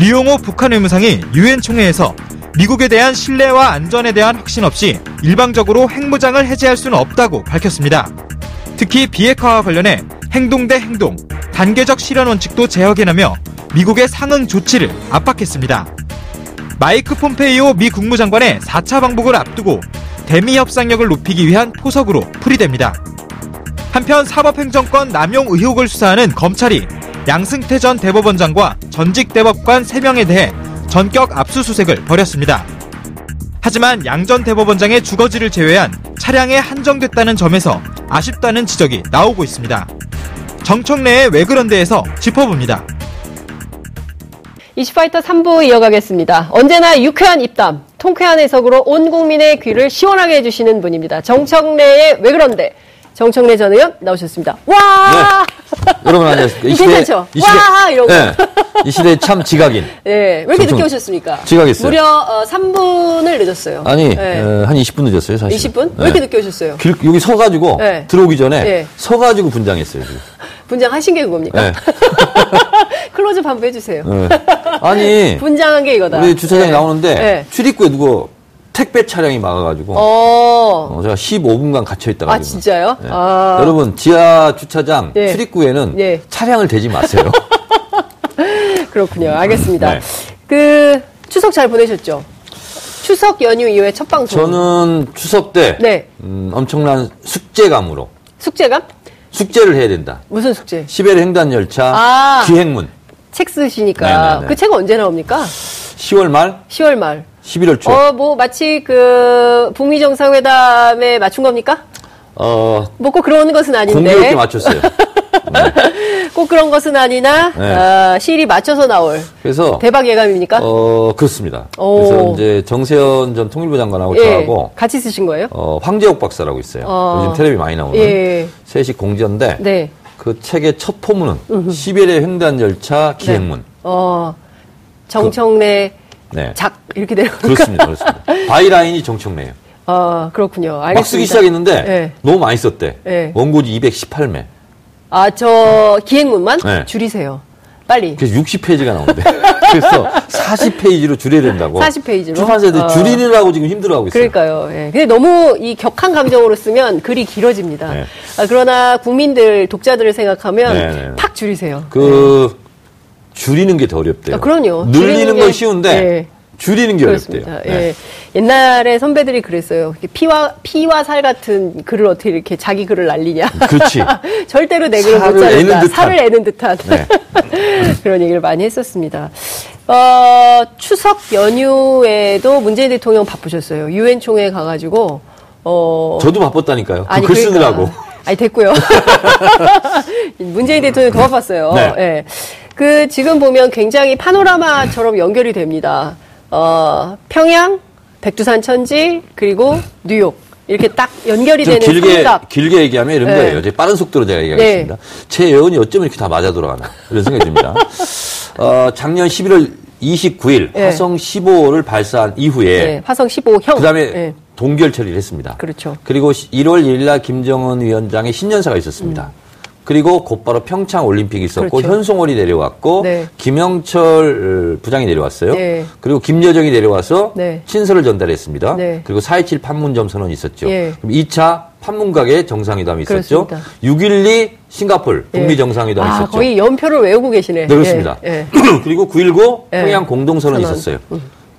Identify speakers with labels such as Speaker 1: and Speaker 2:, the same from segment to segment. Speaker 1: 이용호 북한 외무상이 유엔 총회에서 미국에 대한 신뢰와 안전에 대한 확신 없이 일방적으로 핵무장을 해제할 수는 없다고 밝혔습니다. 특히 비핵화와 관련해 행동 대 행동, 단계적 실현 원칙도 재확인하며 미국의 상응 조치를 압박했습니다. 마이크 폼페이오 미 국무장관의 4차 방북을 앞두고 대미 협상력을 높이기 위한 포석으로 풀이됩니다. 한편 사법행정권 남용 의혹을 수사하는 검찰이 양승태 전 대법원장과 전직 대법관 3명에 대해 전격 압수수색을 벌였습니다. 하지만 양 전 대법원장의 주거지를 제외한 차량에 한정됐다는 점에서 아쉽다는 지적이 나오고 있습니다. 정청래의 왜 그런데에서 짚어봅니다.
Speaker 2: 이슈파이터 3부 이어가겠습니다. 언제나 유쾌한 입담, 통쾌한 해석으로 온 국민의 귀를 시원하게 해주시는 분입니다. 정청래의 왜 그런데 정청래 전 의원 나오셨습니다. 와!
Speaker 3: 여러분 안녕하십니까?
Speaker 2: 이게 괜찮죠? 와! 이러고.
Speaker 3: 예, 이 시대 참 지각인.
Speaker 2: 네. 왜 이렇게
Speaker 3: 정청-
Speaker 2: 늦게 오셨습니까?
Speaker 3: 지각했어요.
Speaker 2: 무려 어, 3분을 늦었어요.
Speaker 3: 아니 예.
Speaker 2: 네.
Speaker 3: 어, 한 20분 늦었어요 사실.
Speaker 2: 20분? 왜 이렇게 늦게 오셨어요?
Speaker 3: 길, 여기 서가지고
Speaker 2: 네.
Speaker 3: 들어오기 전에
Speaker 2: 네.
Speaker 3: 서가지고 분장했어요. 지금.
Speaker 2: 분장하신 게 그겁니까?
Speaker 3: 예,
Speaker 2: 클로즈업 한번 해주세요.
Speaker 3: 예. 아니
Speaker 2: 분장한 게 이거다.
Speaker 3: 예. 우리 주차장에
Speaker 2: 네.
Speaker 3: 나오는데
Speaker 2: 네.
Speaker 3: 출입구에 누구 택배 차량이 막아가지고
Speaker 2: 어.
Speaker 3: 어, 제가 15분간 갇혀 있다가
Speaker 2: 아, 진짜요? 아.
Speaker 3: 여러분 지하 주차장
Speaker 2: 예.
Speaker 3: 출입구에는
Speaker 2: 예.
Speaker 3: 차량을 대지 마세요.
Speaker 2: 그렇군요. 알겠습니다.
Speaker 3: 네.
Speaker 2: 그 추석 잘 보내셨죠? 추석 연휴 이후에 첫 방송.
Speaker 3: 저는 추석 때
Speaker 2: 네.
Speaker 3: 음, 엄청난 숙제감으로
Speaker 2: 숙제감?
Speaker 3: 숙제를 해야 된다.
Speaker 2: 무슨 숙제?
Speaker 3: 시베리 횡단 열차
Speaker 2: 아.
Speaker 3: 기행문
Speaker 2: 책 쓰시니까
Speaker 3: 네, 네, 네.
Speaker 2: 그 책은 언제 나옵니까?
Speaker 3: 10월 말
Speaker 2: 10월 말.
Speaker 3: 11월 초. 어,
Speaker 2: 어, 뭐 마치 그 북미 정상회담에 맞춘 겁니까? 뭐 꼭 그런 것은
Speaker 3: 어, 공교롭게
Speaker 2: 아닌데
Speaker 3: 맞췄어요.
Speaker 2: 꼭 그런 것은 아니나
Speaker 3: 네.
Speaker 2: 아, 시일이 맞춰서 나올
Speaker 3: 그래서
Speaker 2: 대박 예감입니까?
Speaker 3: 어 그렇습니다.
Speaker 2: 오.
Speaker 3: 그래서 이제 정세현 전 통일부 장관하고
Speaker 2: 예,
Speaker 3: 저하고
Speaker 2: 같이 쓰신 거예요?
Speaker 3: 어, 황재옥 박사라고 있어요.
Speaker 2: 어.
Speaker 3: 요즘 텔레비 많이 나오는
Speaker 2: 예.
Speaker 3: 셋이 공전데
Speaker 2: 네.
Speaker 3: 그 책의 첫 포문은 시베리 횡단 열차
Speaker 2: 네.
Speaker 3: 기행문.
Speaker 2: 어, 정청래
Speaker 3: 네.
Speaker 2: 작 이렇게 되는 거.
Speaker 3: 그렇습니다. 그렇습니다. 바이라인이 정청래예요.
Speaker 2: 아, 그렇군요. 알겠습니다.
Speaker 3: 막 쓰기 시작했는데
Speaker 2: 네.
Speaker 3: 너무 많이 썼대.
Speaker 2: 네.
Speaker 3: 원고지 218매.
Speaker 2: 아, 저 기행문만
Speaker 3: 네.
Speaker 2: 줄이세요. 빨리.
Speaker 3: 그래서 60페이지가 나온대. 그래서 40페이지로 줄여야 된다고.
Speaker 2: 40 페이지로?
Speaker 3: 출판사들
Speaker 2: 어.
Speaker 3: 줄이느라고 지금 힘들어하고 있어요.
Speaker 2: 그러니까요. 예. 근데 너무 이 격한 감정으로 쓰면 글이 길어집니다.
Speaker 3: 네.
Speaker 2: 아, 그러나 국민들, 독자들을 생각하면
Speaker 3: 네, 네, 네.
Speaker 2: 팍 줄이세요.
Speaker 3: 그 줄이는 게 더 어렵대요.
Speaker 2: 아, 그럼요. 줄이는
Speaker 3: 늘리는 건
Speaker 2: 게-
Speaker 3: 쉬운데
Speaker 2: 예.
Speaker 3: 줄이는 게 어렵대요.
Speaker 2: 그렇습니다.
Speaker 3: 네.
Speaker 2: 예. 옛날에 선배들이 그랬어요. 이렇게 피와 피와 살 같은 글을 어떻게 이렇게 자기 글을 날리냐.
Speaker 3: 그렇지.
Speaker 2: 절대로 내 글을 못
Speaker 3: 살을 애는
Speaker 2: 자른다.
Speaker 3: 듯한.
Speaker 2: 살을 애는 듯한
Speaker 3: 네.
Speaker 2: 그런 얘기를 많이 했었습니다. 어, 추석 연휴에도 문재인 대통령 바쁘셨어요. 유엔 총회 가가지고 어,
Speaker 3: 저도 바빴다니까요. 그글
Speaker 2: 그러니까.
Speaker 3: 쓰느라고.
Speaker 2: 아니, 됐고요. 문재인 대통령 더 바빴어요.
Speaker 3: 네.
Speaker 2: 예. 그, 지금 보면 굉장히 파노라마처럼 연결이 됩니다. 어, 평양, 백두산 천지, 그리고 뉴욕. 이렇게 딱 연결이
Speaker 3: 좀
Speaker 2: 되는
Speaker 3: 길게
Speaker 2: 삼각.
Speaker 3: 길게 얘기하면 이런
Speaker 2: 네.
Speaker 3: 거예요. 이제 빠른 속도로 제가 얘기하겠습니다. 제 예언이 어쩜 이렇게 다 맞아 돌아가나 이런 생각이 듭니다. 어, 작년 11월 29일
Speaker 2: 네.
Speaker 3: 화성 15호를 발사한 이후에
Speaker 2: 예, 화성 15형.
Speaker 3: 그다음에
Speaker 2: 예,
Speaker 3: 동결 처리를 했습니다.
Speaker 2: 그렇죠.
Speaker 3: 그리고 시- 1월 1일 날 김정은 위원장의 신년사가 있었습니다. 그리고 곧바로 평창 올림픽이 있었고
Speaker 2: 음. 그렇죠.
Speaker 3: 현송월이 내려왔고
Speaker 2: 네.
Speaker 3: 김영철 어, 부장이 내려왔어요.
Speaker 2: 네.
Speaker 3: 그리고 김여정이 내려와서
Speaker 2: 네.
Speaker 3: 친서를 전달했습니다.
Speaker 2: 네.
Speaker 3: 그리고 4.27 판문점 선언이 있었죠.
Speaker 2: 예.
Speaker 3: 그럼 2차 판문각의 정상회담이 있었죠.
Speaker 2: 그렇습니다.
Speaker 3: 6.12 싱가폴 북미
Speaker 2: 예.
Speaker 3: 정상회담이
Speaker 2: 아,
Speaker 3: 있었죠.
Speaker 2: 거의 연표를 외우고 계시네.
Speaker 3: 네, 그렇습니다.
Speaker 2: 예, 예.
Speaker 3: 그리고 9.19
Speaker 2: 예.
Speaker 3: 평양 공동선언이
Speaker 2: 선언. 음.
Speaker 3: 있었어요.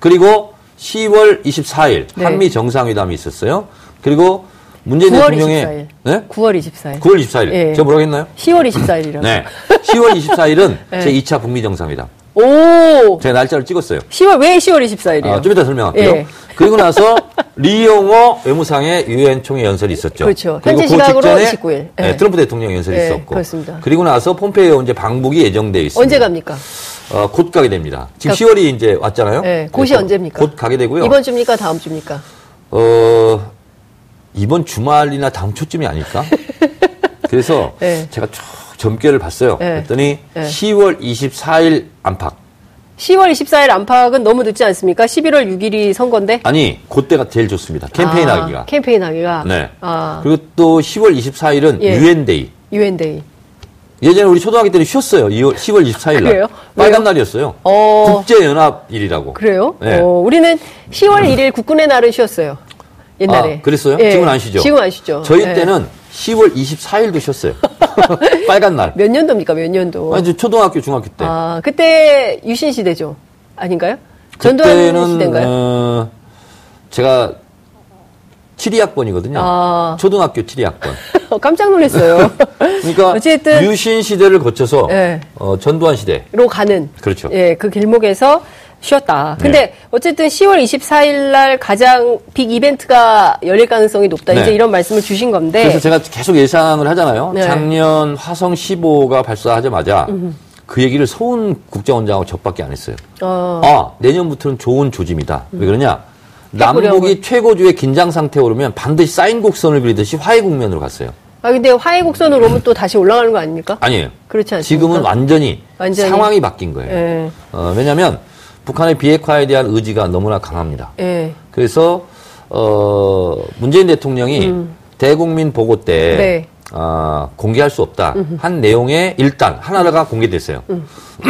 Speaker 3: 그리고 10월 24일
Speaker 2: 네.
Speaker 3: 한미 정상회담이 있었어요. 그리고 문재인
Speaker 2: 9월
Speaker 3: 대통령의
Speaker 2: 24일.
Speaker 3: 네?
Speaker 2: 9월 예. 24일.
Speaker 3: 9월 24일.
Speaker 2: 예.
Speaker 3: 제가 뭐라고 했나요?
Speaker 2: 10월 24일이라고.
Speaker 3: 네. 10월 24일은
Speaker 2: 네.
Speaker 3: 제 2차 북미 정상회담.
Speaker 2: 오!
Speaker 3: 제가 날짜를 찍었어요.
Speaker 2: 10월, 왜 10월 24일이에요?
Speaker 3: 아, 좀 이따 설명할게요.
Speaker 2: 예.
Speaker 3: 그리고 나서 리용호 외무상의 유엔 총회 연설이 있었죠.
Speaker 2: 그렇죠.
Speaker 3: 그리고
Speaker 2: 현지 시각으로 29일. 예.
Speaker 3: 네, 트럼프 대통령 연설이
Speaker 2: 예,
Speaker 3: 있었고.
Speaker 2: 그렇습니다.
Speaker 3: 리고 나서 폼페이오 이제 방북이 예정돼 있습니다.
Speaker 2: 언제 갑니까?
Speaker 3: 어, 곧 가게 됩니다. 지금
Speaker 2: 그러니까-
Speaker 3: 10월이 이제 왔잖아요.
Speaker 2: 네, 곧이
Speaker 3: 그래서
Speaker 2: 언제입니까?
Speaker 3: 곧 가게 되고요.
Speaker 2: 이번 주입니까? 다음 주입니까?
Speaker 3: 어, 이번 주말이나 다음 초쯤이 아닐까? 그래서
Speaker 2: 네.
Speaker 3: 제가 쭉 점괘를 봤어요.
Speaker 2: 네.
Speaker 3: 그랬더니
Speaker 2: 네.
Speaker 3: 10월 24일 안팎.
Speaker 2: 10월 24일 안팎은 너무 늦지 않습니까? 11월 6일이 선거인데?
Speaker 3: 아니, 그때가 제일 좋습니다. 캠페인
Speaker 2: 아,
Speaker 3: 하기가.
Speaker 2: 캠페인 하기가?
Speaker 3: 네.
Speaker 2: 아,
Speaker 3: 그리고 또 10월 24일은
Speaker 2: 예.
Speaker 3: 유엔데이.
Speaker 2: 유엔데이.
Speaker 3: 예전에 우리 초등학교 때는 쉬었어요. 2월, 10월 24일 날.
Speaker 2: 그래요? 왜요?
Speaker 3: 빨간 날이었어요.
Speaker 2: 어.
Speaker 3: 국제연합일이라고.
Speaker 2: 그래요?
Speaker 3: 네.
Speaker 2: 어, 우리는 10월 1일 국군의 날은 쉬었어요. 옛날에. 예.
Speaker 3: 아, 그랬어요? 지금은 안 쉬죠?
Speaker 2: 지금 안 쉬죠.
Speaker 3: 저희
Speaker 2: 예.
Speaker 3: 때는 10월 24일도 쉬었어요. 빨간 날.
Speaker 2: 몇 년도입니까? 몇 년도?
Speaker 3: 아니, 이제 초등학교, 중학교 때.
Speaker 2: 네. 아, 그때 유신 시대죠. 아닌가요? 전두환 시대인가요?
Speaker 3: 어, 제가 7학번이거든요.
Speaker 2: 아.
Speaker 3: 초등학교 7학번.
Speaker 2: 깜짝 놀랐어요.
Speaker 3: 그러니까
Speaker 2: 어쨌든
Speaker 3: 유신 시대를 거쳐서
Speaker 2: 네.
Speaker 3: 어, 전두환 시대.
Speaker 2: 로 가는
Speaker 3: 그렇죠.
Speaker 2: 예, 그 길목에서 쉬었다. 근데
Speaker 3: 네.
Speaker 2: 어쨌든 10월 24일 날 가장 빅 이벤트가 열릴 가능성이 높다.
Speaker 3: 네.
Speaker 2: 이제 이런 말씀을 주신 건데.
Speaker 3: 그래서 제가 계속 예상을 하잖아요.
Speaker 2: 네. 음.
Speaker 3: 작년 화성 15가 발사하자마자 그 얘기를 서훈 국정원장하고 저밖에 안 했어요.
Speaker 2: 어,
Speaker 3: 아, 내년부터는 좋은 조짐이다. 왜 그러냐?
Speaker 2: 태평양을.
Speaker 3: 남북이 최고조의 긴장 상태에 오르면 반드시 사인 곡선을 그리듯이 화해 국면으로 갔어요.
Speaker 2: 아 근데 화해 곡선으로 오면 또 다시 올라가는 거 아닙니까?
Speaker 3: 아니에요.
Speaker 2: 네, 그렇지 않습니까?
Speaker 3: 지금은 완전히,
Speaker 2: 그러니까 완전히?
Speaker 3: 상황이 바뀐 거예요.
Speaker 2: 예.
Speaker 3: 어, 왜냐하면 북한의 비핵화에 대한 의지가 너무나 강합니다.
Speaker 2: 예.
Speaker 3: 그래서 어, 문재인 대통령이 대국민 보고 때
Speaker 2: 음. 네.
Speaker 3: 아, 공개할 수 없다 한 내용의 일단 하나가 공개됐어요.
Speaker 2: 음.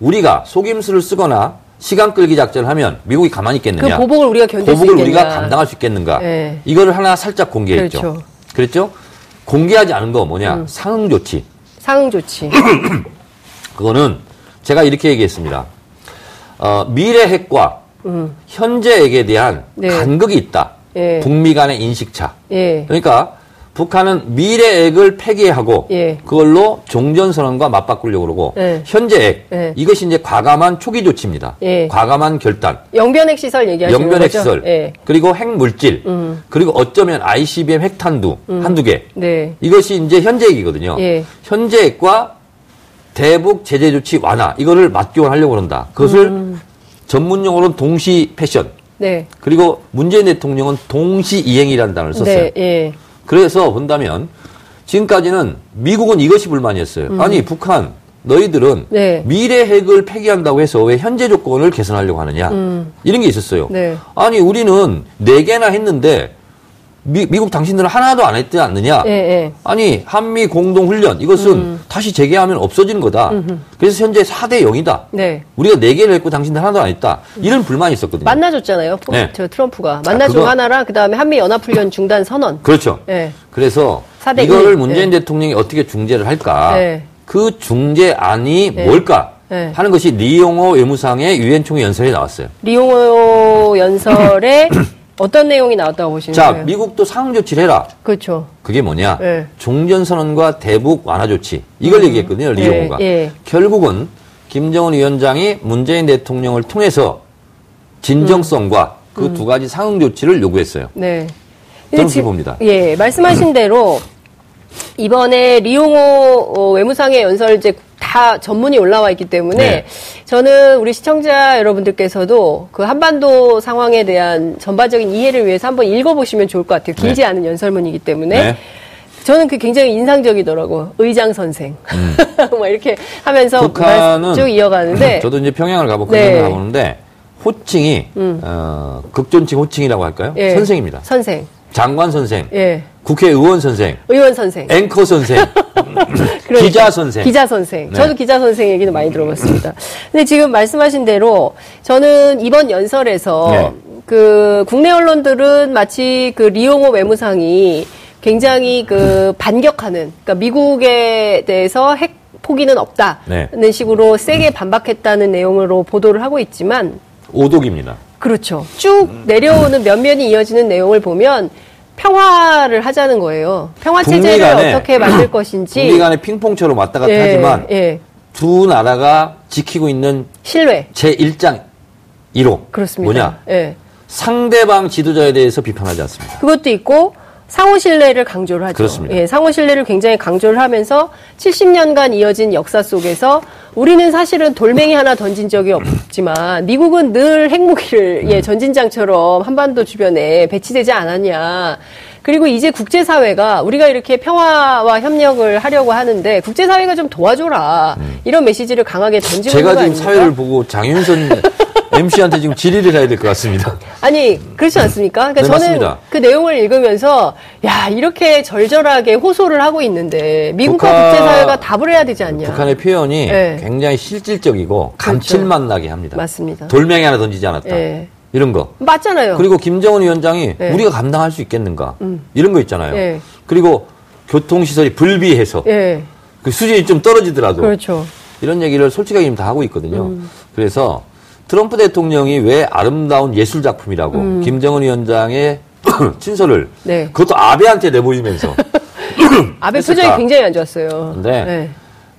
Speaker 3: 우리가 속임수를 쓰거나 시간 끌기 작전을 하면 미국이 가만히
Speaker 2: 그
Speaker 3: 있겠느냐?
Speaker 2: 보복을 우리가 견딜 수
Speaker 3: 보복을
Speaker 2: 있겠냐?
Speaker 3: 우리가 감당할 수 있겠는가?
Speaker 2: 네.
Speaker 3: 이거를 하나 살짝 공개했죠.
Speaker 2: 그렇죠. 음.
Speaker 3: 그랬죠? 공개하지 않은 거 뭐냐? 상응 조치.
Speaker 2: 상응 조치.
Speaker 3: 아, 그거는 제가 이렇게 얘기했습니다. 어, 미래 핵과 현재 핵에 대한
Speaker 2: 음. 네.
Speaker 3: 간극이 있다.
Speaker 2: 예.
Speaker 3: 북미 간의 인식차.
Speaker 2: 예.
Speaker 3: 그러니까 북한은 미래 핵을 폐기하고
Speaker 2: 예.
Speaker 3: 그걸로 종전 선언과 맞바꾸려고 그러고
Speaker 2: 예.
Speaker 3: 현재 핵
Speaker 2: 예.
Speaker 3: 이것이 이제 과감한 초기 조치입니다.
Speaker 2: 예.
Speaker 3: 과감한 결단.
Speaker 2: 영변핵 시설 얘기하시는
Speaker 3: 영변
Speaker 2: 거죠?
Speaker 3: 핵시설
Speaker 2: 예. 음.
Speaker 3: 그리고 핵물질 그리고 어쩌면 ICBM 핵탄두 한두 개
Speaker 2: 네.
Speaker 3: 이것이 이제 현재액이거든요.
Speaker 2: 예.
Speaker 3: 현재액과 대북 제재 조치 완화 이거를 맞교하려고 그런다. 그것을
Speaker 2: 음.
Speaker 3: 전문 용어로는 동시 패션
Speaker 2: 네.
Speaker 3: 그리고 문재인 대통령은 동시 이행이라는 단어를 썼어요.
Speaker 2: 네. 예.
Speaker 3: 그래서 본다면 지금까지는 미국은 이것이 불만이었어요. 아니 북한 너희들은
Speaker 2: 음. 네.
Speaker 3: 미래 핵을 폐기한다고 해서 왜 현재 조건을 개선하려고 하느냐 이런 게 있었어요.
Speaker 2: 음. 네.
Speaker 3: 아니 우리는 네 개나 했는데 미, 국 당신들은 하나도 안 했지 않느냐.
Speaker 2: 예. 음. 예.
Speaker 3: 아니 한미 공동 훈련 이것은 다시 재개하면 없어지는 거다. 그래서 현재 4대 0이다.
Speaker 2: 네.
Speaker 3: 우리가 네 개를 했고 당신들 하나도 안 했다.
Speaker 2: 음.
Speaker 3: 이런 불만이 있었거든요.
Speaker 2: 만나줬잖아요. 포-
Speaker 3: 네.
Speaker 2: 저 트럼프가 만나준
Speaker 3: 그거-
Speaker 2: 하나랑 그다음에 한미 연합 훈련 중단 선언.
Speaker 3: 그렇죠.
Speaker 2: 예.
Speaker 3: 그래서
Speaker 2: 사대 예. 일.
Speaker 3: 이거를 문재인 대통령이 어떻게 중재를 할까?
Speaker 2: 네.
Speaker 3: 그 중재안이
Speaker 2: 네.
Speaker 3: 뭘까?
Speaker 2: 네.
Speaker 3: 하는 것이 리용호 외무상의 유엔 총회 연설에 나왔어요.
Speaker 2: 리용호 연설에 어떤 내용이 나왔다고 보시는
Speaker 3: 자,
Speaker 2: 거예요?
Speaker 3: 미국도 상응 조치를 해라.
Speaker 2: 그렇죠.
Speaker 3: 그게 뭐냐?
Speaker 2: 네.
Speaker 3: 종전 선언과 대북 완화 조치. 이걸 얘기했거든요, 리용호가.
Speaker 2: 음. 예, 예.
Speaker 3: 결국은 김정은 위원장이 문재인 대통령을 통해서
Speaker 2: 음.
Speaker 3: 진정성과 그 두 가지 상응 조치를 요구했어요.
Speaker 2: 네.
Speaker 3: 저는
Speaker 2: 지-
Speaker 3: 그렇게 봅니다.
Speaker 2: 예, 말씀하신 대로 이번에 리용호 어, 외무상의 연설 이제 다 전문이 올라와 있기 때문에
Speaker 3: 네.
Speaker 2: 저는 우리 시청자 여러분들께서도 그 한반도 상황에 대한 전반적인 이해를 위해서 한번 읽어보시면 좋을 것 같아요. 길지
Speaker 3: 네.
Speaker 2: 않은 연설문이기 때문에.
Speaker 3: 네.
Speaker 2: 저는 그 굉장히 인상적이더라고. 의장 선생. 막 이렇게 하면서 말씀
Speaker 3: 음. 북한은
Speaker 2: 쭉 이어가는데.
Speaker 3: 저도 이제 평양을 가보고
Speaker 2: 네. 음.
Speaker 3: 네. 가보는데 호칭이 어, 극존칭 호칭이라고 할까요?
Speaker 2: 예.
Speaker 3: 선생입니다.
Speaker 2: 선생.
Speaker 3: 장관 선생,
Speaker 2: 예.
Speaker 3: 국회의원 선생,
Speaker 2: 의원 선생.
Speaker 3: 앵커 선생,
Speaker 2: 그러니까.
Speaker 3: 예, 기자 선생.
Speaker 2: 기자 선생.
Speaker 3: 네.
Speaker 2: 저도 기자 선생 얘기는 많이 들어봤습니다. 근데 지금 말씀하신 대로 저는 이번 연설에서
Speaker 3: 네.
Speaker 2: 그 국내 언론들은 마치 그 리용호 외무상이 굉장히 그 반격하는 그러니까 미국에 대해서 핵 포기는 없다는
Speaker 3: 네.
Speaker 2: 식으로 세게 반박했다는 내용으로 보도를 하고 있지만
Speaker 3: 오독입니다.
Speaker 2: 그렇죠. 쭉 내려오는 면면이 이어지는 내용을 보면 평화를 하자는 거예요. 평화
Speaker 3: 북미
Speaker 2: 체제를
Speaker 3: 간에-
Speaker 2: 어떻게 만들 것인지
Speaker 3: 우리 간에 핑퐁처럼 왔다 갔다
Speaker 2: 예,
Speaker 3: 하지만
Speaker 2: 예.
Speaker 3: 두 나라가 지키고 있는
Speaker 2: 신뢰.
Speaker 3: 제1장 1호
Speaker 2: 그렇습니다.
Speaker 3: 뭐냐?
Speaker 2: 예.
Speaker 3: 상대방 지도자에 대해서 비판하지 않습니다.
Speaker 2: 그것도 있고 상호 신뢰를 강조를 하죠.
Speaker 3: 그렇습니다.
Speaker 2: 예, 상호 신뢰를 굉장히 강조를 하면서 70년간 이어진 역사 속에서 우리는 사실은 돌멩이 하나 던진 적이 없지만 미국은 늘 핵무기를 예, 전진장처럼 한반도 주변에 배치되지 않았냐. 그리고 이제 국제사회가 우리가 이렇게 평화와 협력을 하려고 하는데 국제사회가 좀 도와줘라 이런 메시지를 강하게 던지고 있는
Speaker 3: 제가
Speaker 2: 거
Speaker 3: 지금
Speaker 2: 아닙니까?
Speaker 3: 사회를 보고 장윤선 MC한테 지금 질의를 해야 될 것 같습니다.
Speaker 2: 아니 그렇지 않습니까? 그러니까
Speaker 3: 네,
Speaker 2: 저는
Speaker 3: 맞습니다.
Speaker 2: 그 내용을 읽으면서 야 이렇게 절절하게 호소를 하고 있는데 미국과
Speaker 3: 북한-
Speaker 2: 국제사회가 답을 해야 되지 않냐?
Speaker 3: 북한의 표현이
Speaker 2: 네.
Speaker 3: 굉장히 실질적이고 감칠맛 나게 합니다.
Speaker 2: 맞습니다.
Speaker 3: 돌멩이 하나 던지지 않았다.
Speaker 2: 예.
Speaker 3: 이런 거.
Speaker 2: 맞잖아요.
Speaker 3: 그리고 김정은 위원장이
Speaker 2: 네.
Speaker 3: 우리가 감당할 수 있겠는가. 이런 거 있잖아요.
Speaker 2: 음. 예.
Speaker 3: 그리고 교통시설이 불비해서
Speaker 2: 예,
Speaker 3: 그 수준이 좀 떨어지더라도
Speaker 2: 그렇죠.
Speaker 3: 이런 얘기를 솔직하게 지금 다 하고 있거든요. 그래서 트럼프 대통령이 왜 아름다운 예술 작품이라고 김정은 위원장의 친서를
Speaker 2: 네.
Speaker 3: 그것도 아베한테 내보이면서
Speaker 2: 아베
Speaker 3: 했을까? 네.
Speaker 2: 표정이 굉장히 안 좋았어요.
Speaker 3: 근데
Speaker 2: 예.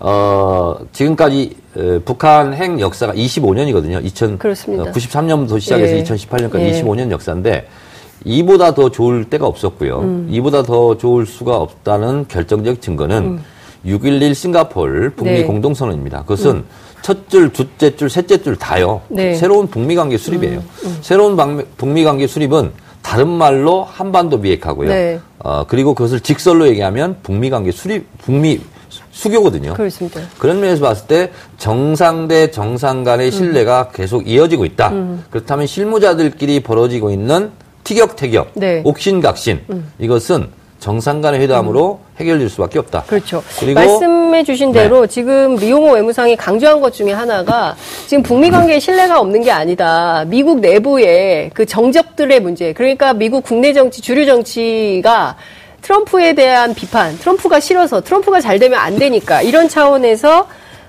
Speaker 3: 어, 지금까지 에, 북한 핵 역사가 25년이거든요.
Speaker 2: 그렇습니다.
Speaker 3: 2093년부터 시작해서
Speaker 2: 예.
Speaker 3: 2018년까지
Speaker 2: 예.
Speaker 3: 25년 역사인데 이보다 더 좋을 때가 없었고요.
Speaker 2: 음.
Speaker 3: 이보다 더 좋을 수가 없다는 결정적 증거는 6.11 싱가폴 북미
Speaker 2: 음. 네. 음.
Speaker 3: 공동선언입니다. 그것은 첫 줄, 둘째 줄, 셋째 줄 다요.
Speaker 2: 네. 음,
Speaker 3: 새로운 북미 관계 수립이에요. 새로운 방미- 북미 관계 수립은 다른 말로 한반도 비핵화고요.
Speaker 2: 네.
Speaker 3: 어, 그리고 그것을 직설로 얘기하면 북미 관계 수립, 북미 수- 수교거든요.
Speaker 2: 그렇습니다.
Speaker 3: 그런 면에서 봤을 때 정상 대 정상
Speaker 2: 음.
Speaker 3: 간의 신뢰가 계속 이어지고 있다. 그렇다면 실무자들끼리 벌어지고 있는 티격태격,
Speaker 2: 네. 음.
Speaker 3: 옥신각신 이것은 정상 간의 회담으로 해결될 수밖에 없다.
Speaker 2: 그렇죠.
Speaker 3: 그리고 네.
Speaker 2: 말씀해 주신 대로 지금 리용호 외무상이 강조한 것 중에 하나가 지금 북미 관계에 신뢰가 없는 게 아니다. 미국 내부의 그 정적들의 문제. 그러니까 미국 국내 정치, 주류 정치가 트럼프에 대한 비판, 트럼프가 싫어서 트럼프가 잘 되면 안 되니까 이런 차원에서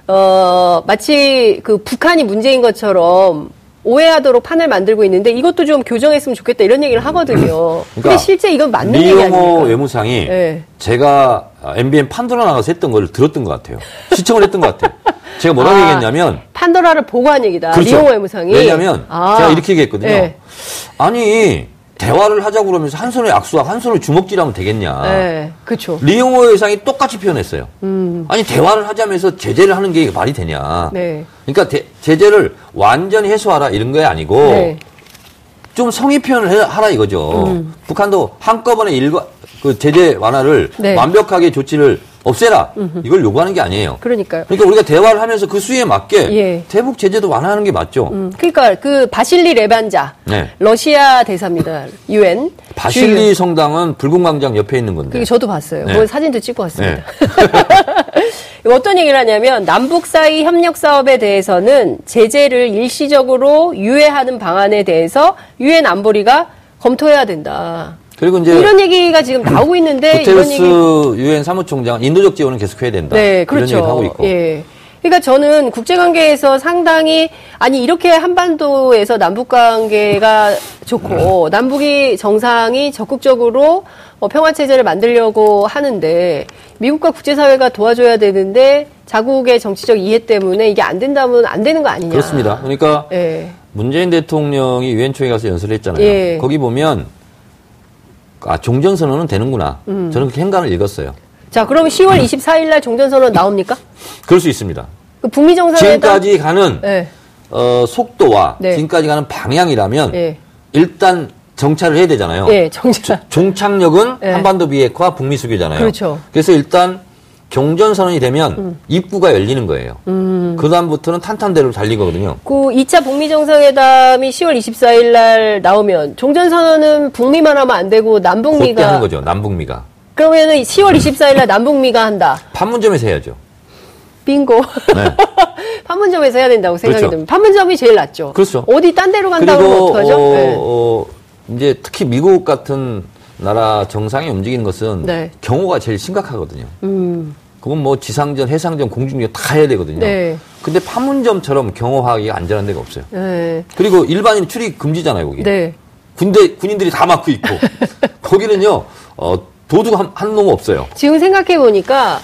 Speaker 2: 어, 마치 그 북한이 문제인 것처럼 오해하도록 판을 만들고 있는데 이것도 좀 교정했으면 좋겠다 이런 얘기를 하거든요. 근데
Speaker 3: 그러니까
Speaker 2: 실제 이건 맞는 얘기
Speaker 3: 리용호
Speaker 2: 아닙니까?
Speaker 3: 외무상이
Speaker 2: 네.
Speaker 3: 제가 MBN 판도라 나가서 했던 걸 들었던 것 같아요. 시청을 했던 것 같아요. 제가 뭐라고
Speaker 2: 아,
Speaker 3: 얘기했냐면
Speaker 2: 판도라를 보고 한 얘기다.
Speaker 3: 그렇죠.
Speaker 2: 리용호 외무상이.
Speaker 3: 왜냐하면
Speaker 2: 아.
Speaker 3: 제가 이렇게 얘기했거든요.
Speaker 2: 네.
Speaker 3: 아니 대화를 하자고 그러면서 한 손에 악수하고 한 손을 주먹질하면 되겠냐.
Speaker 2: 네, 그렇죠.
Speaker 3: 리용호 회상이 똑같이 표현했어요. 아니 대화를 하자면서 제재를 하는 게 이게 말이 되냐.
Speaker 2: 음. 네.
Speaker 3: 그러니까 대- 제재를 완전히 해소하라 이런 게 아니고
Speaker 2: 네.
Speaker 3: 좀 성의 표현을 해- 하라 이거죠.
Speaker 2: 음.
Speaker 3: 북한도 한꺼번에 일과 그 제재 완화를
Speaker 2: 네.
Speaker 3: 완벽하게 조치를 없애라 이걸 요구하는 게 아니에요.
Speaker 2: 그러니까요.
Speaker 3: 그러니까 우리가 대화를 하면서 그 수에 맞게
Speaker 2: 예.
Speaker 3: 대북 제재도 완화하는 게 맞죠.
Speaker 2: 음, 그러니까 그 바실리 레반자.
Speaker 3: 네.
Speaker 2: 러시아 대사입니다. 유엔.
Speaker 3: 바실리 성당은 붉은광장 옆에 있는 건데.
Speaker 2: 그게 저도 봤어요.
Speaker 3: 네.
Speaker 2: 그건 사진도 찍고 왔습니다. 이거 어떤 얘기를 하냐면 남북 사이 협력 사업에 대해서는 제재를 일시적으로 유예하는 방안에 대해서 유엔 안보리가 검토해야 된다.
Speaker 3: 그리고 이제
Speaker 2: 이런 얘기가 지금 나오고 있는데 네, 이런
Speaker 3: 구테르스
Speaker 2: 얘기
Speaker 3: 유엔 사무총장 인도적 지원은 계속해야 된다.
Speaker 2: 네,
Speaker 3: 이런 얘기 하고
Speaker 2: 그렇죠.
Speaker 3: 있고.
Speaker 2: 예. 그러니까 저는 국제관계에서 상당히 아니 이렇게 한반도에서 남북관계가
Speaker 3: 음.
Speaker 2: 좋고 남북이 정상이 적극적으로 어, 평화 체제를 만들려고 하는데 미국과 국제사회가 도와줘야 되는데 자국의 정치적 이해 때문에 이게 안 된다면 안 되는 거 아니냐?
Speaker 3: 그렇습니다. 그러니까
Speaker 2: 예.
Speaker 3: 문재인 대통령이 유엔총회 가서 연설을 했잖아요.
Speaker 2: 예.
Speaker 3: 거기 보면 아 종전 선언은 되는구나.
Speaker 2: 음.
Speaker 3: 저는 그 행간을 읽었어요.
Speaker 2: 자, 그럼 10월
Speaker 3: 음.
Speaker 2: 24일 날 종전선언 나옵니까?
Speaker 3: 그럴 수 있습니다.
Speaker 2: 그 북미 정상회담
Speaker 3: 지금까지 가는
Speaker 2: 예.
Speaker 3: 어, 속도와
Speaker 2: 네.
Speaker 3: 지금까지 가는 방향이라면
Speaker 2: 예.
Speaker 3: 일단 정찰을 해야 되잖아요.
Speaker 2: 예, 정전
Speaker 3: 종착역은
Speaker 2: 예.
Speaker 3: 한반도 비핵화 북미 수교잖아요.
Speaker 2: 그렇죠. 음.
Speaker 3: 래서 일단 종전 선언이 되면 입구가 열리는 거예요. 그 다음부터는 탄탄대로 달린 거거든요.
Speaker 2: 그 2차 북미 정상회담이 10월 24일 날 나오면 종전 선언은 북미만 하면 안 되고
Speaker 3: 그때 하는
Speaker 2: 남북미가
Speaker 3: 거죠. 남북미가
Speaker 2: 그러면은 10월 24일 날 남북미가 한다.
Speaker 3: 판문점에서 해야죠.
Speaker 2: 빙고.
Speaker 3: 네.
Speaker 2: 판문점에서 해야 된다고 생각이
Speaker 3: 그렇죠.
Speaker 2: 듭니다. 판문점이 제일 낫죠.
Speaker 3: 그렇죠.
Speaker 2: 어디 딴 데로 간다고 그러면
Speaker 3: 그리고
Speaker 2: 어떡하죠?
Speaker 3: 어,
Speaker 2: 네.
Speaker 3: 어, 이제 특히 미국 같은 나라 정상이 움직이는 것은
Speaker 2: 네.
Speaker 3: 경호가 제일 심각하거든요.
Speaker 2: 음.
Speaker 3: 그건 뭐 지상전, 해상전, 공중전 다 해야 되거든요.
Speaker 2: 네.
Speaker 3: 근데 판문점처럼 경호하기가 안전한 데가 없어요.
Speaker 2: 네.
Speaker 3: 그리고 일반인 출입 금지잖아요, 거기.
Speaker 2: 네.
Speaker 3: 군대 군인들이 다 막고 있고 거기는요 어, 도둑 한, 한 놈 없어요.
Speaker 2: 지금 생각해 보니까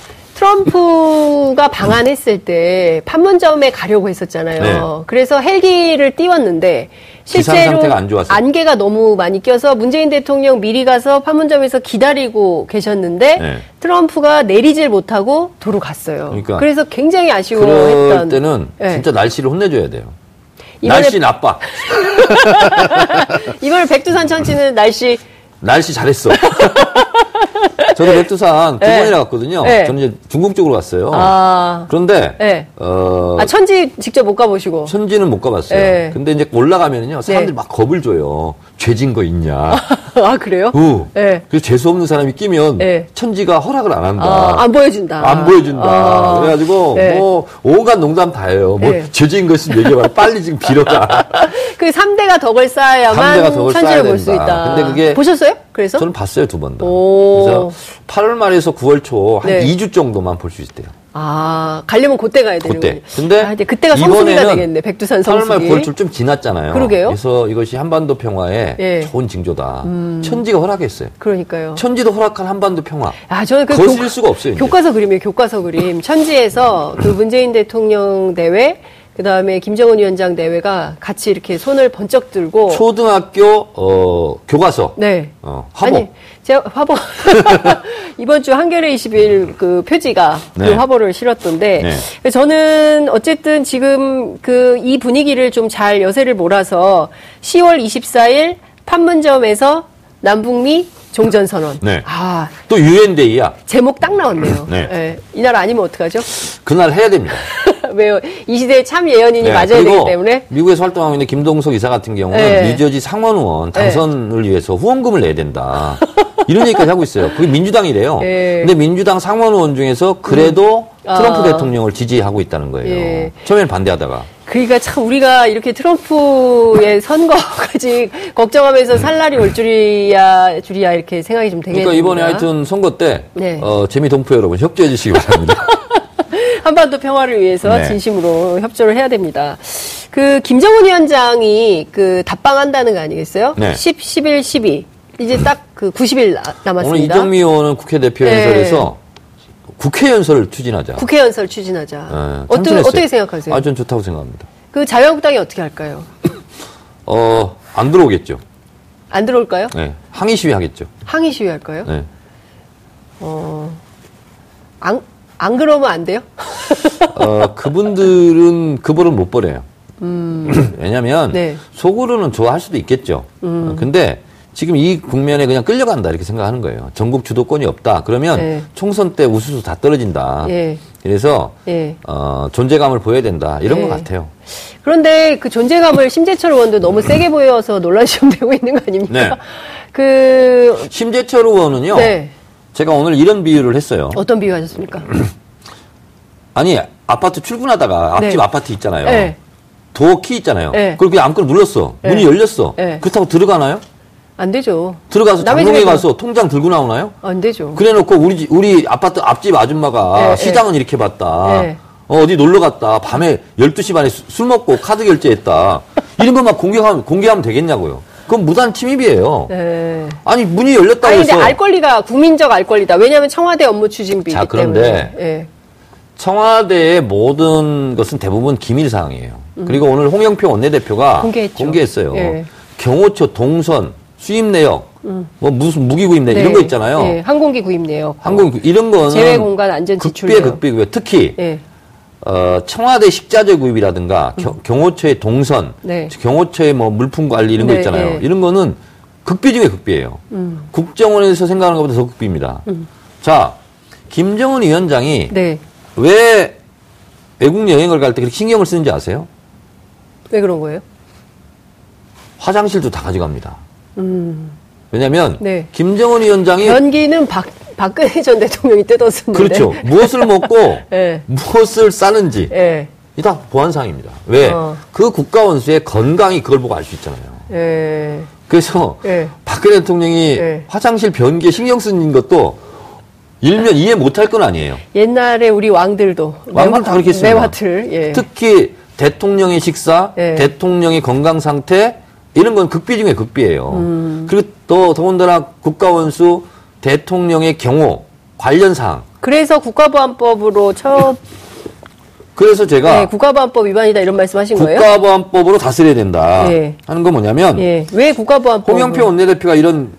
Speaker 2: 트럼프가 방한했을 때 판문점에 가려고 했었잖아요.
Speaker 3: 네.
Speaker 2: 그래서 헬기를 띄웠는데
Speaker 3: 기상
Speaker 2: 실제로
Speaker 3: 상태가 안 좋아서.
Speaker 2: 안개가 너무 많이 껴서 문재인 대통령 미리 가서 판문점에서 기다리고 계셨는데
Speaker 3: 네.
Speaker 2: 트럼프가 내리질 못하고 도로 갔어요.
Speaker 3: 그러니까
Speaker 2: 래서 굉장히 아쉬워했던
Speaker 3: 그럴 때는
Speaker 2: 예.
Speaker 3: 진짜 날씨를 혼내줘야 돼요.
Speaker 2: 이번에
Speaker 3: 날씨 나빠.
Speaker 2: 이번에 백두산 천지는 날씨
Speaker 3: 날씨 잘했어. 저도 백두산 두
Speaker 2: 네.
Speaker 3: 번이나 갔거든요.
Speaker 2: 네.
Speaker 3: 저는 이제 중국 쪽으로 갔어요.
Speaker 2: 아,
Speaker 3: 그런데
Speaker 2: 네.
Speaker 3: 어,
Speaker 2: 아, 천지 직접 못 가보시고.
Speaker 3: 천지는 못 가봤어요.
Speaker 2: 네.
Speaker 3: 근데 이제 올라가면요 사람들이
Speaker 2: 네.
Speaker 3: 막 겁을 줘요. 죄진 거 있냐?
Speaker 2: 아, 그래요?
Speaker 3: 어.
Speaker 2: 네.
Speaker 3: 그래서 재수 없는 사람이 끼면
Speaker 2: 네.
Speaker 3: 천지가 허락을 안 한다.
Speaker 2: 아, 안 보여준다.
Speaker 3: 안 보여준다.
Speaker 2: 아.
Speaker 3: 그래가지고
Speaker 2: 네.
Speaker 3: 뭐 오간 농담 다예요. 뭐
Speaker 2: 네.
Speaker 3: 죄진 거 있으면 얘기해봐. 빨리 지금 빌어라.
Speaker 2: 그 3대가 덕을 쌓아야만
Speaker 3: 3대가 덕을
Speaker 2: 천지를
Speaker 3: 쌓아야
Speaker 2: 볼 수
Speaker 3: 된다.
Speaker 2: 있다.
Speaker 3: 근데 그게-
Speaker 2: 보셨어요? 그래서?
Speaker 3: 저는 봤어요 두 번 다.
Speaker 2: 오.
Speaker 3: 그래서 8월 말에서 9월 초 한
Speaker 2: 네.
Speaker 3: 2주 정도만 볼 수 있대요.
Speaker 2: 아, 가려면 그때 가야 되는
Speaker 3: 그때.
Speaker 2: 군요
Speaker 3: 근데
Speaker 2: 아, 이제 그때가 성수기가
Speaker 3: 이번에는
Speaker 2: 되겠네. 백두산
Speaker 3: 8월 말
Speaker 2: 성수기.
Speaker 3: 9월 초좀 지났잖아요.
Speaker 2: 그러게요.
Speaker 3: 래서 이것이 한반도 평화에
Speaker 2: 예. 음.
Speaker 3: 좋은 징조다. 천지가 허락했어요.
Speaker 2: 그러니까요.
Speaker 3: 천지도 허락한 한반도 평화.
Speaker 2: 아, 저는 그
Speaker 3: 거슬릴 수가 없어요, 이제.
Speaker 2: 교과서 그림이에요. 교과서 그림. 천지에서 그 문재인 대통령 대회, 그 다음에 김정은 위원장 대회가 같이 이렇게 손을 번쩍 들고.
Speaker 3: 초등학교 어, 교과서
Speaker 2: 네.
Speaker 3: 어, 화보.
Speaker 2: 아니, 제가 화보 이번 주 한겨레 21 그 표지가
Speaker 3: 네.
Speaker 2: 그 화보를 실었던데
Speaker 3: 네.
Speaker 2: 저는 어쨌든 지금 그 이 분위기를 좀 잘 여세를 몰아서 10월 24일 판문점에서 남북미 종전 선언.
Speaker 3: 네.
Speaker 2: 아
Speaker 3: 또 유엔데이야.
Speaker 2: 제목 딱 나왔네요.
Speaker 3: 네.
Speaker 2: 예. 이 나라 아니면 어떡하죠?
Speaker 3: 그날 해야 됩니다.
Speaker 2: 왜요? 이 시대의 참 예언인이
Speaker 3: 네,
Speaker 2: 맞아야
Speaker 3: 그리고
Speaker 2: 되기 때문에.
Speaker 3: 미국에서 활동하고 있는 김동석 이사 같은 경우는
Speaker 2: 네.
Speaker 3: 뉴저지 상원 의원 당선을 위해서 후원금을 내야 된다. 이런 얘기까지 하고 있어요. 그게 민주당이래요.
Speaker 2: 네.
Speaker 3: 근데 민주당 상원 의원 중에서 그래도 트럼프
Speaker 2: 아.
Speaker 3: 대통령을 지지하고 있다는 거예요.
Speaker 2: 예.
Speaker 3: 처음에는 반대하다가.
Speaker 2: 그러니까 참 우리가 이렇게 트럼프의 선거까지 걱정하면서 살 날이 올 줄이야 줄이야 이렇게 생각이 좀 되겠네요.
Speaker 3: 그러니까 이번에 하여튼 선거 때
Speaker 2: 네.
Speaker 3: 어, 재미 동포 여러분 협조해 주시기 바랍니다.
Speaker 2: 한반도 평화를 위해서
Speaker 3: 네.
Speaker 2: 진심으로 협조를 해야 됩니다. 그 김정은 위원장이 그 답방한다는 거 아니겠어요?
Speaker 3: 네.
Speaker 2: 10, 11, 12 이제 딱 그 90일 나- 남았습니다.
Speaker 3: 오늘 이정미 의원은 국회 대표
Speaker 2: 네.
Speaker 3: 연설에서 국회 연설을 추진하자.
Speaker 2: 국회 연설 추진하자.
Speaker 3: 예,
Speaker 2: 어떻게
Speaker 3: 참신했어요.
Speaker 2: 어떻게 생각하세요?
Speaker 3: 아, 전 좋다고 생각합니다.
Speaker 2: 그 자유한국당이 어떻게 할까요?
Speaker 3: 어, 안 들어오겠죠.
Speaker 2: 안 들어올까요?
Speaker 3: 네. 항의 시위 하겠죠.
Speaker 2: 항의 시위할까요?
Speaker 3: 네.
Speaker 2: 안, 안 그러면 안 돼요?
Speaker 3: 어, 그분들은 그 벌은 못 벌어요. 왜냐면
Speaker 2: 네. 음.
Speaker 3: 속으로는 좋아할 수도 있겠죠. 어, 근데 지금 이 국면에 그냥 끌려간다 이렇게 생각하는 거예요. 전국 주도권이 없다. 그러면
Speaker 2: 네.
Speaker 3: 총선 때 우수수 다 떨어진다.
Speaker 2: 예.
Speaker 3: 그래서
Speaker 2: 예.
Speaker 3: 어, 존재감을 보여야 된다. 이런
Speaker 2: 예.
Speaker 3: 것 같아요.
Speaker 2: 그런데 그 존재감을 심재철 의원도 너무 세게 보여서 논란이 좀 되고 있는 거 아닙니까?
Speaker 3: 네. 어.
Speaker 2: 그,
Speaker 3: 심재철 의원은요.
Speaker 2: 네.
Speaker 3: 제가 오늘 이런 비유를 했어요.
Speaker 2: 어떤 비유 하셨습니까?
Speaker 3: 음, 아니 아파트 출근하다가 앞집
Speaker 2: 네.
Speaker 3: 아파트 있잖아요.
Speaker 2: 네.
Speaker 3: 도어 키 있잖아요.
Speaker 2: 네.
Speaker 3: 그걸 그냥 아무거나 눌렀어. 문이
Speaker 2: 네.
Speaker 3: 열렸어.
Speaker 2: 네.
Speaker 3: 그렇다고 들어가나요?
Speaker 2: 안 되죠.
Speaker 3: 들어가서
Speaker 2: 남의
Speaker 3: 장롱에
Speaker 2: 집에서-
Speaker 3: 가서 통장 들고 나오나요?
Speaker 2: 안 되죠.
Speaker 3: 그래 놓고 우리 집- 우리 아파트 앞집
Speaker 2: 네,
Speaker 3: 아줌마가 시장은 이렇게 봤다.
Speaker 2: 네.
Speaker 3: 어, 디 놀러 갔다. 밤에 12시 반에 수- 술 먹고 카드 결제했다. 이런 것만 공개하면 공개하면 되겠냐고요. 그건 무단 침입이에요.
Speaker 2: 네.
Speaker 3: 아니 문이 열렸다고
Speaker 2: 아니, 근데
Speaker 3: 해서
Speaker 2: 알 권리가, 국민적 알 권리다. 왜냐하면 청와대 업무 추진비이기
Speaker 3: 자, 그런데
Speaker 2: 때문에. 예.
Speaker 3: 청와대의 모든 것은 대부분 기밀 사항이에요. 그리고 오늘 홍영표 원내대표가
Speaker 2: 음. 공개했죠.
Speaker 3: 어요
Speaker 2: 예. 음.
Speaker 3: 경호처 동선 수입 내역 뭐 무슨 무기 구입 내역
Speaker 2: 네.
Speaker 3: 이런 거 있잖아요.
Speaker 2: 예, 항공기 구입 내역.
Speaker 3: 항공 이런 거는
Speaker 2: 제외 공간 안전 지출
Speaker 3: 극비의
Speaker 2: 내역.
Speaker 3: 그 극비고요. 특히
Speaker 2: 예.
Speaker 3: 어, 청와대 식자재 구입이라든가 겨- 경호처의 동선,
Speaker 2: 음. 네.
Speaker 3: 경호처의 뭐 물품 관리 이런 거
Speaker 2: 네, 음.
Speaker 3: 있잖아요.
Speaker 2: 네.
Speaker 3: 이런 거는 극비 중에 극비예요. 국정원에서 생각하는 것보다 더 극비입니다. 자, 김정은 위원장이
Speaker 2: 음. 네.
Speaker 3: 왜 외국 여행을 갈 때 그렇게 신경을 쓰는지 아세요?
Speaker 2: 왜 그런 거예요?
Speaker 3: 화장실도 다 가져갑니다. 왜냐하면
Speaker 2: 음. 네.
Speaker 3: 김정은 위원장이
Speaker 2: 변기는 박, 박근혜 전 대통령이 뜯었었는데.
Speaker 3: 예. 그렇죠. 무엇을 먹고
Speaker 2: 예. 무엇을
Speaker 3: 무엇을 싸는지
Speaker 2: 예.
Speaker 3: 이 다 보안상입니다. 왜?
Speaker 2: 어.
Speaker 3: 그 국가원수의 건강이 그걸 보고 알 수 있잖아요.
Speaker 2: 예.
Speaker 3: 그래서
Speaker 2: 예.
Speaker 3: 박근혜 대통령이
Speaker 2: 예.
Speaker 3: 화장실 변기에 신경 쓰는 것도 일면 이해 못할 건 아니에요.
Speaker 2: 옛날에 우리 왕들도
Speaker 3: 왕건 다 그렇게 했습니다.
Speaker 2: 매화틀 예.
Speaker 3: 특히 대통령의 식사,
Speaker 2: 예.
Speaker 3: 대통령의 건강 상태 이런 건 극비 중에 극비예요.
Speaker 2: 음.
Speaker 3: 그리고 또 더군다나 국가원수 대통령의 경호 관련 사항.
Speaker 2: 그래서 국가보안법으로 처
Speaker 3: 그래서 제가
Speaker 2: 네, 국가보안법 위반이다 이런 말씀하신 거예요?
Speaker 3: 아. 국가보안법으로 다스려야 된다
Speaker 2: 예.
Speaker 3: 하는 건 뭐냐면
Speaker 2: 예. 왜 국가보안법?
Speaker 3: 홍영표 원내대표가 이런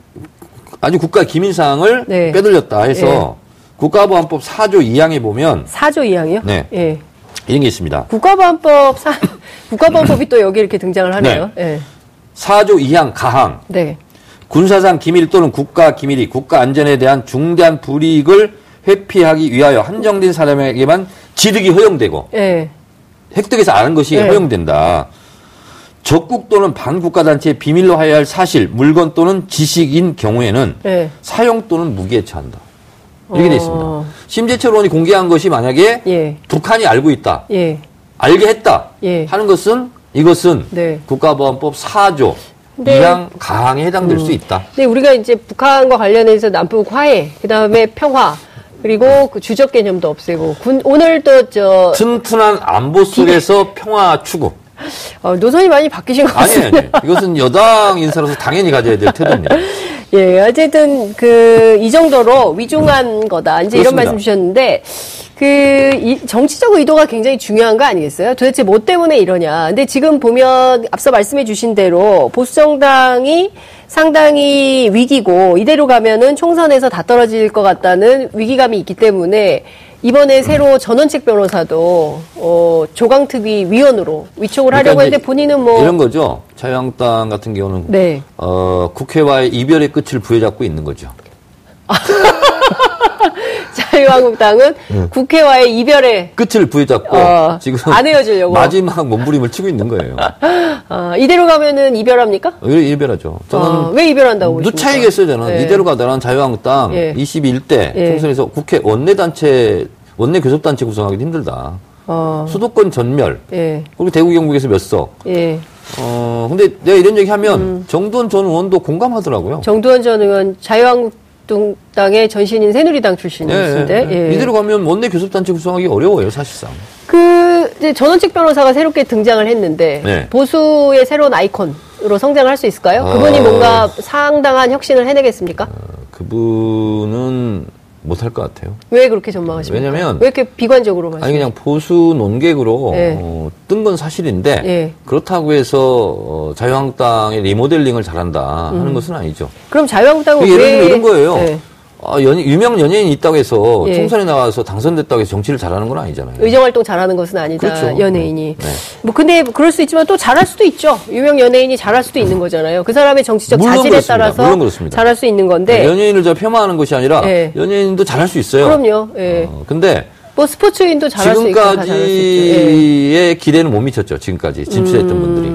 Speaker 3: 아주 국가 기밀 사항을
Speaker 2: 네.
Speaker 3: 빼돌렸다 해서 국가보안법 4조 2항에 보면
Speaker 2: 4조 2항이요?
Speaker 3: 네.
Speaker 2: 예.
Speaker 3: 이런 게 있습니다.
Speaker 2: 국가보안법 사
Speaker 3: 네.
Speaker 2: 국가보안법이 또 여기 이렇게 등장을 하네요. 예.
Speaker 3: 4조 2항 가항
Speaker 2: 네.
Speaker 3: 군사상 기밀 또는 국가 기밀이 국가 안전에 대한 중대한 불이익을 회피하기 위하여 한정된 사람에게만 지득이 허용되고
Speaker 2: 예.
Speaker 3: 획득에서 아는 것이
Speaker 2: 네.
Speaker 3: 허용된다. 적국 또는 반국가단체에 비밀로 하여야 할 사실, 물건 또는 지식인 경우에는
Speaker 2: 예.
Speaker 3: 사용 또는 무기에 처한다. 이렇게 돼
Speaker 2: 어.
Speaker 3: 있습니다. 심재철원이 공개한 것이 만약에
Speaker 2: 예.
Speaker 3: 북한이 알고 있다,
Speaker 2: 예.
Speaker 3: 알게 했다
Speaker 2: 예.
Speaker 3: 하는 것은 이것은
Speaker 2: 네.
Speaker 3: 국가보안법 4조
Speaker 2: 네. 음.
Speaker 3: 2항 가항에 해당될 수 있다.
Speaker 2: 근데 우리가 이제 북한과 관련해서 남북 화해, 그다음에 평화, 그리고 그 주적 개념도 없애고 군 오늘 또저
Speaker 3: 튼튼한 안보 속에서 평화 추구.
Speaker 2: 어, 노선이 많이 바뀌신 것
Speaker 3: 아니,
Speaker 2: 같습니다.
Speaker 3: 아니, 이것은 여당 인사로서 당연히 가져야 될 태도입니다.
Speaker 2: 예, 어쨌든 그 이 정도로 위중한 거다. 이제 이런
Speaker 3: 그렇습니다.
Speaker 2: 말씀 주셨는데 그 이- 정치적 의도가 굉장히 중요한 거 아니겠어요? 도대체 뭐 때문에 이러냐. 근데 지금 보면 앞서 말씀해 주신 대로 보수 정당이 상당히 위기고 이대로 가면은 총선에서 다 떨어질 것 같다는 위기감이 있기 때문에 이번에 새로 전원책 변호사도 어 조강특위 위원으로 위촉을 하려고
Speaker 3: 그러니까 이제
Speaker 2: 했는데 본인은 뭐
Speaker 3: 이런 거죠. 자유한국당 같은 경우는
Speaker 2: 네.
Speaker 3: 어, 국회와의 이별의 끝을 부여잡고 있는 거죠.
Speaker 2: 자유한국당은
Speaker 3: 음.
Speaker 2: 국회와의 이별에
Speaker 3: 끝을 부여잡고
Speaker 2: 어,
Speaker 3: 지금
Speaker 2: 안 헤어지려고.
Speaker 3: 마지막 몸부림을 치고 있는 거예요.
Speaker 2: 아, 이대로 가면은 이별합니까?
Speaker 3: 왜 이별하죠? 저는 음,
Speaker 2: 아, 왜 이별한다고
Speaker 3: 누차
Speaker 2: 보십니까?
Speaker 3: 얘기했어요. 저는
Speaker 2: 네.
Speaker 3: 이대로 가다란 자유한국당
Speaker 2: 예.
Speaker 3: 21대
Speaker 2: 예.
Speaker 3: 총선에서 국회 원내 단체 원내 교섭 단체 구성하기도 힘들다.
Speaker 2: 어,
Speaker 3: 수도권 전멸
Speaker 2: 예,
Speaker 3: 그리고 대구 경북에서 몇 석.
Speaker 2: 예.
Speaker 3: 어 근데 내가 이런 얘기하면 정두원 전 의원도 공감하더라고요.
Speaker 2: 음. 정두원 전 의원 자유한국당의 전신인 새누리당 출신이신데 예.
Speaker 3: 이대로 가면 원내 교섭 단체 구성하기 어려워요 사실상.
Speaker 2: 그 이제 전원책 변호사가 새롭게 등장을 했는데
Speaker 3: 네.
Speaker 2: 보수의 새로운 아이콘으로 성장할 수 있을까요?
Speaker 3: 어.
Speaker 2: 그분이 뭔가 상당한 혁신을 해내겠습니까?
Speaker 3: 그분은 못할 것 같아요.
Speaker 2: 왜 그렇게 전망하십니까?
Speaker 3: 왜냐면-
Speaker 2: 왜 이렇게 비관적으로 말씀?
Speaker 3: 아니 그냥 보수 논객으로 어,
Speaker 2: 예.
Speaker 3: 뜬 건 사실인데
Speaker 2: 예.
Speaker 3: 그렇다고 해서 어, 자유한국당의 리모델링을 잘한다 하는 것은 아니죠. 그러니까
Speaker 2: 그럼 자유한국당은 음. 어,
Speaker 3: 예를
Speaker 2: 왜
Speaker 3: 들면 이런 거예요.
Speaker 2: 예.
Speaker 3: 아, 연- 유명 연예인이 있다고 해서
Speaker 2: 예.
Speaker 3: 총선에 나와서 당선됐다고 해서 정치를 잘하는 건 아니잖아요.
Speaker 2: 의정 활동 잘하는 것은 아니다.
Speaker 3: 그렇죠.
Speaker 2: 연예인이.
Speaker 3: 네.
Speaker 2: 뭐 근데 그럴 수 있지만 또 잘할 수도 있죠. 유명 연예인이 잘할 수도 있는 거잖아요. 그 사람의 정치적
Speaker 3: 물론
Speaker 2: 자질에
Speaker 3: 그렇습니다.
Speaker 2: 따라서
Speaker 3: 물론 그렇습니다. 네,
Speaker 2: 잘할 수 있는 건데.
Speaker 3: 그러니까 연예인을 저 폄하하는 것이 아니라
Speaker 2: 네. 예.
Speaker 3: 연예인도 잘할 수 있어요.
Speaker 2: 그럼요. 예.
Speaker 3: 어, 근데
Speaker 2: 뭐 스포츠인도 잘할 수 있고 다 잘할 수 있죠. 예.
Speaker 3: 지금까지의 기대는 못 미쳤죠. 지금까지 진출했던
Speaker 2: 음.
Speaker 3: 분들이.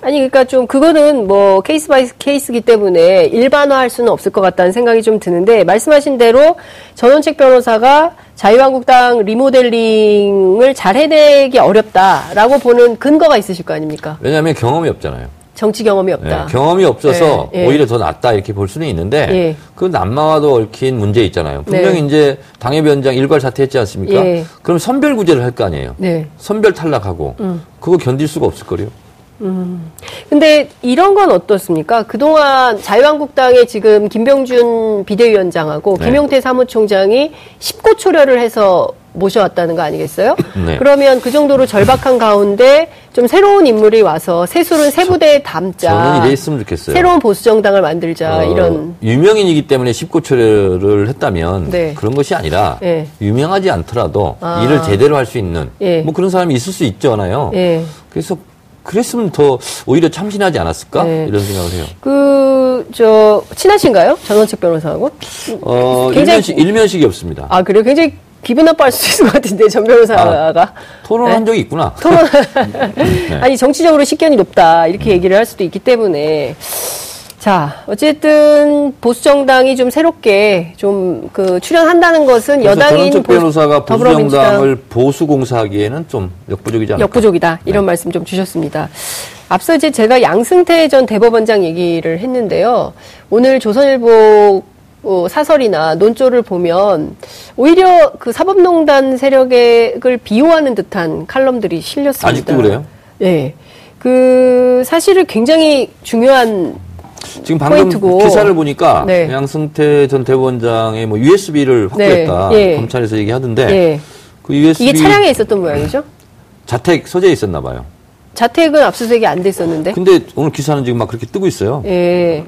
Speaker 2: 아니 그러니까 좀 그거는 뭐 케이스 바이 케이스기 때문에 일반화할 수는 없을 것 같다는 생각이 좀 드는데 말씀하신 대로 전원책 변호사가 자유한국당 리모델링을 잘 해내기 어렵다라고 보는 근거가 있으실 거 아닙니까?
Speaker 3: 왜냐하면 경험이 없잖아요.
Speaker 2: 정치 경험이
Speaker 3: 예,
Speaker 2: 없다.
Speaker 3: 경험이 없어서
Speaker 2: 예, 예.
Speaker 3: 오히려 더 낫다 이렇게 볼 수는 있는데
Speaker 2: 예.
Speaker 3: 그 남마와도 얽힌 문제 있잖아요. 분명히
Speaker 2: 네.
Speaker 3: 이제 당협위원장 일괄 사퇴했지 않습니까?
Speaker 2: 예.
Speaker 3: 그럼 선별 구제를 할 거 아니에요.
Speaker 2: 네.
Speaker 3: 선별 탈락하고
Speaker 2: 음.
Speaker 3: 그거 견딜 수가 없을 거요.
Speaker 2: 근데 이런 건 어떻습니까? 그동안 자유한국당에 지금 김병준 비대위원장하고
Speaker 3: 네.
Speaker 2: 김용태 사무총장이 10고 초려를 해서 모셔왔다는 거 아니겠어요?
Speaker 3: 네.
Speaker 2: 그러면 그 정도로 절박한 가운데 좀 새로운 인물이 와서 새술은 새 부대에 담자.
Speaker 3: 저는 이래 있으면 좋겠어요.
Speaker 2: 새로운 보수 정당을 만들자
Speaker 3: 어,
Speaker 2: 이런
Speaker 3: 유명인이기 때문에 19초를 했다면
Speaker 2: 네.
Speaker 3: 그런 것이 아니라
Speaker 2: 예.
Speaker 3: 유명하지 않더라도
Speaker 2: 아.
Speaker 3: 일을 제대로 할 수 있는
Speaker 2: 예.
Speaker 3: 뭐 그런 사람이 있을 수 있잖아요.
Speaker 2: 예.
Speaker 3: 그래서 그랬으면 더 오히려 참신하지 않았을까
Speaker 2: 예.
Speaker 3: 이런 생각을 해요.
Speaker 2: 그 저 친하신가요? 전원책 변호사하고?
Speaker 3: 어,
Speaker 2: 굉장히-
Speaker 3: 일면식, 일면식이 없습니다.
Speaker 2: 아 그래요? 굉장히 기분 나빠할 수 있을 것 같은데 전 변호사가.
Speaker 3: 아,
Speaker 2: 네.
Speaker 3: 토론한 적이 있구나.
Speaker 2: 토론
Speaker 3: 네.
Speaker 2: 아니 정치적으로 식견이 높다 이렇게 얘기를 할 수도 있기 때문에 자 어쨌든 보수 정당이 좀 새롭게 좀 그 출연한다는 것은
Speaker 3: 그래서
Speaker 2: 여당인
Speaker 3: 전원책 변호사가
Speaker 2: 더불어민주당
Speaker 3: 보수정당을 보수공사하기에는 좀 역부족이지 않을까.
Speaker 2: 역부족이다
Speaker 3: 네.
Speaker 2: 이런 말씀 좀 주셨습니다. 앞서 이제 제가 양승태 전 대법원장 얘기를 했는데요. 오늘 조선일보 어, 사설이나 논조를 보면 오히려 그 사법농단 세력을 비호하는 듯한 칼럼들이 실렸습니다.
Speaker 3: 아직도 그래요?
Speaker 2: 예. 그 사실을 굉장히 중요한
Speaker 3: 지금 방금
Speaker 2: 포인트고.
Speaker 3: 기사를 보니까
Speaker 2: 네.
Speaker 3: 양승태 전 대법원장의 뭐 USB를 확보했다.
Speaker 2: 네, 예.
Speaker 3: 검찰에서 얘기하던데
Speaker 2: 예.
Speaker 3: 그 USB
Speaker 2: 이게 차량에 있었던 모양이죠?
Speaker 3: 자택 소재에 있었나 봐요.
Speaker 2: 자택은 압수수색이 안 됐었는데.
Speaker 3: 근데 오늘 기사는 지금 막 그렇게 뜨고 있어요.
Speaker 2: 예.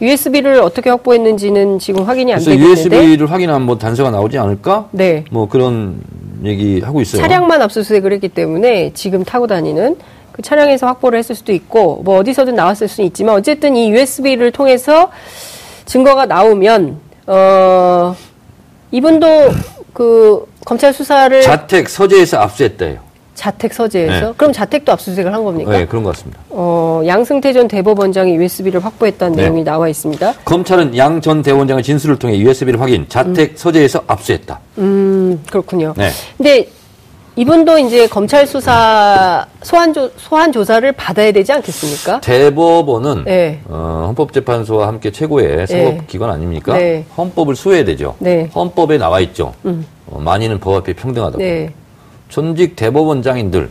Speaker 2: USB를 어떻게 확보했는지는 지금 확인이 예, 안
Speaker 3: 그래서
Speaker 2: 되겠는데.
Speaker 3: USB를 확인하면 뭐 단서가 나오지 않을까?
Speaker 2: 네.
Speaker 3: 뭐 그런 얘기 하고 있어요.
Speaker 2: 차량만 압수수색을 했기 때문에 지금 타고 다니는 그 차량에서 확보를 했을 수도 있고 뭐 어디서든 나왔을 수는 있지만 어쨌든 이 USB를 통해서 증거가 나오면 어 이분도 그 검찰 수사를
Speaker 3: 자택 서재에서 압수했대요.
Speaker 2: 자택 서재에서
Speaker 3: 네.
Speaker 2: 그럼 자택도 압수수색을 한 겁니까?
Speaker 3: 네, 그런 것 같습니다.
Speaker 2: 어, 양승태 전 대법원장이 USB를 확보했다는
Speaker 3: 네.
Speaker 2: 내용이 나와 있습니다.
Speaker 3: 검찰은 양 전 대원장의 진술을 통해 USB를 확인, 자택 서재에서 압수했다.
Speaker 2: 음, 그렇군요.
Speaker 3: 네.
Speaker 2: 근데 이분도 이제 검찰 수사 소환 조 소환 조사를 받아야 되지 않겠습니까?
Speaker 3: 대법원은
Speaker 2: 네.
Speaker 3: 어, 헌법재판소와 함께 최고의 사법기관 아닙니까?
Speaker 2: 네.
Speaker 3: 헌법을 수호해야 되죠.
Speaker 2: 네. 음.
Speaker 3: 헌법에 나와 있죠. 어, 만인은 법 앞에 평등하다고.
Speaker 2: 네. 음.
Speaker 3: 전직 대법원장인들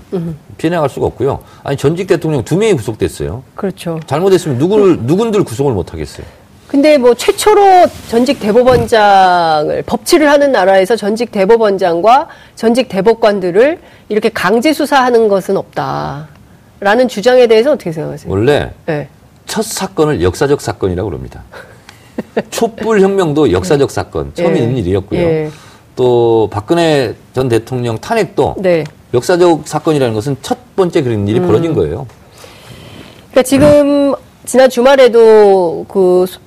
Speaker 3: 피해나갈 수가 없고요. 아니 전직 대통령 두 명이 구속됐어요.
Speaker 2: 그렇죠.
Speaker 3: 잘못했으면 누굴 누군들 구속을 못 하겠어요.
Speaker 2: 근데 뭐 최초로 전직 대법원장을 법치를 하는 나라에서 전직 대법원장과 전직 대법관들을 이렇게 강제 수사하는 것은 없다라는 주장에 대해서 어떻게 생각하세요?
Speaker 3: 원래
Speaker 2: 네.
Speaker 3: 첫 사건을 역사적 사건이라고 그럽니다. 촛불 혁명도 역사적 사건 처음
Speaker 2: 예.
Speaker 3: 있는 일이었고요.
Speaker 2: 예.
Speaker 3: 또 박근혜 전 대통령 탄핵도
Speaker 2: 네. 음.
Speaker 3: 역사적 사건이라는 것은 첫 번째 그런 일이 벌어진 거예요.
Speaker 2: 그러니까 지금 지난 주말에도 그, 수,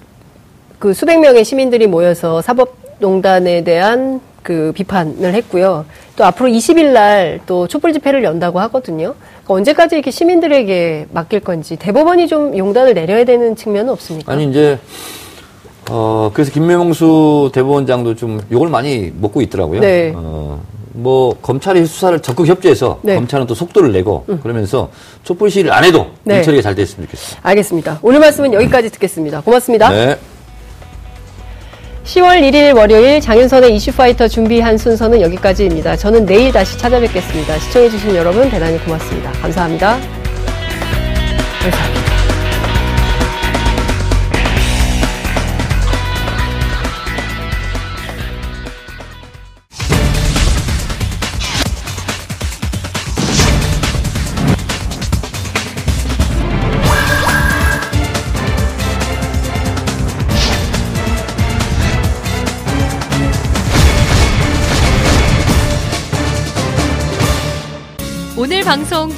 Speaker 2: 그 수백 명의 시민들이 모여서 사법농단에 대한 그 비판을 했고요. 또 앞으로 20일 날 또 촛불 집회를 연다고 하거든요. 그러니까 언제까지 이렇게 시민들에게 맡길 건지 대법원이 좀 용단을 내려야 되는 측면은 없습니까?
Speaker 3: 아니 이제 어 그래서 김명수 대법원장도 좀 욕을 많이 먹고 있더라고요. 어,
Speaker 2: 네.
Speaker 3: 어뭐 검찰이 수사를 적극 협조해서
Speaker 2: 네. 음.
Speaker 3: 검찰은 또 속도를 내고 그러면서 촛불 시위를 안 해도
Speaker 2: 네.
Speaker 3: 일 처리가 잘 됐으면 좋겠어요.
Speaker 2: 알겠습니다. 오늘 말씀은 여기까지 듣겠습니다. 고맙습니다.
Speaker 3: 네.
Speaker 2: 10월 1일 월요일 장윤선의 이슈파이터 준비한 순서는 여기까지입니다. 저는 내일 다시 찾아뵙겠습니다. 시청해주신 여러분 대단히 고맙습니다. 감사합니다. 감사합니다.
Speaker 4: 오늘 방송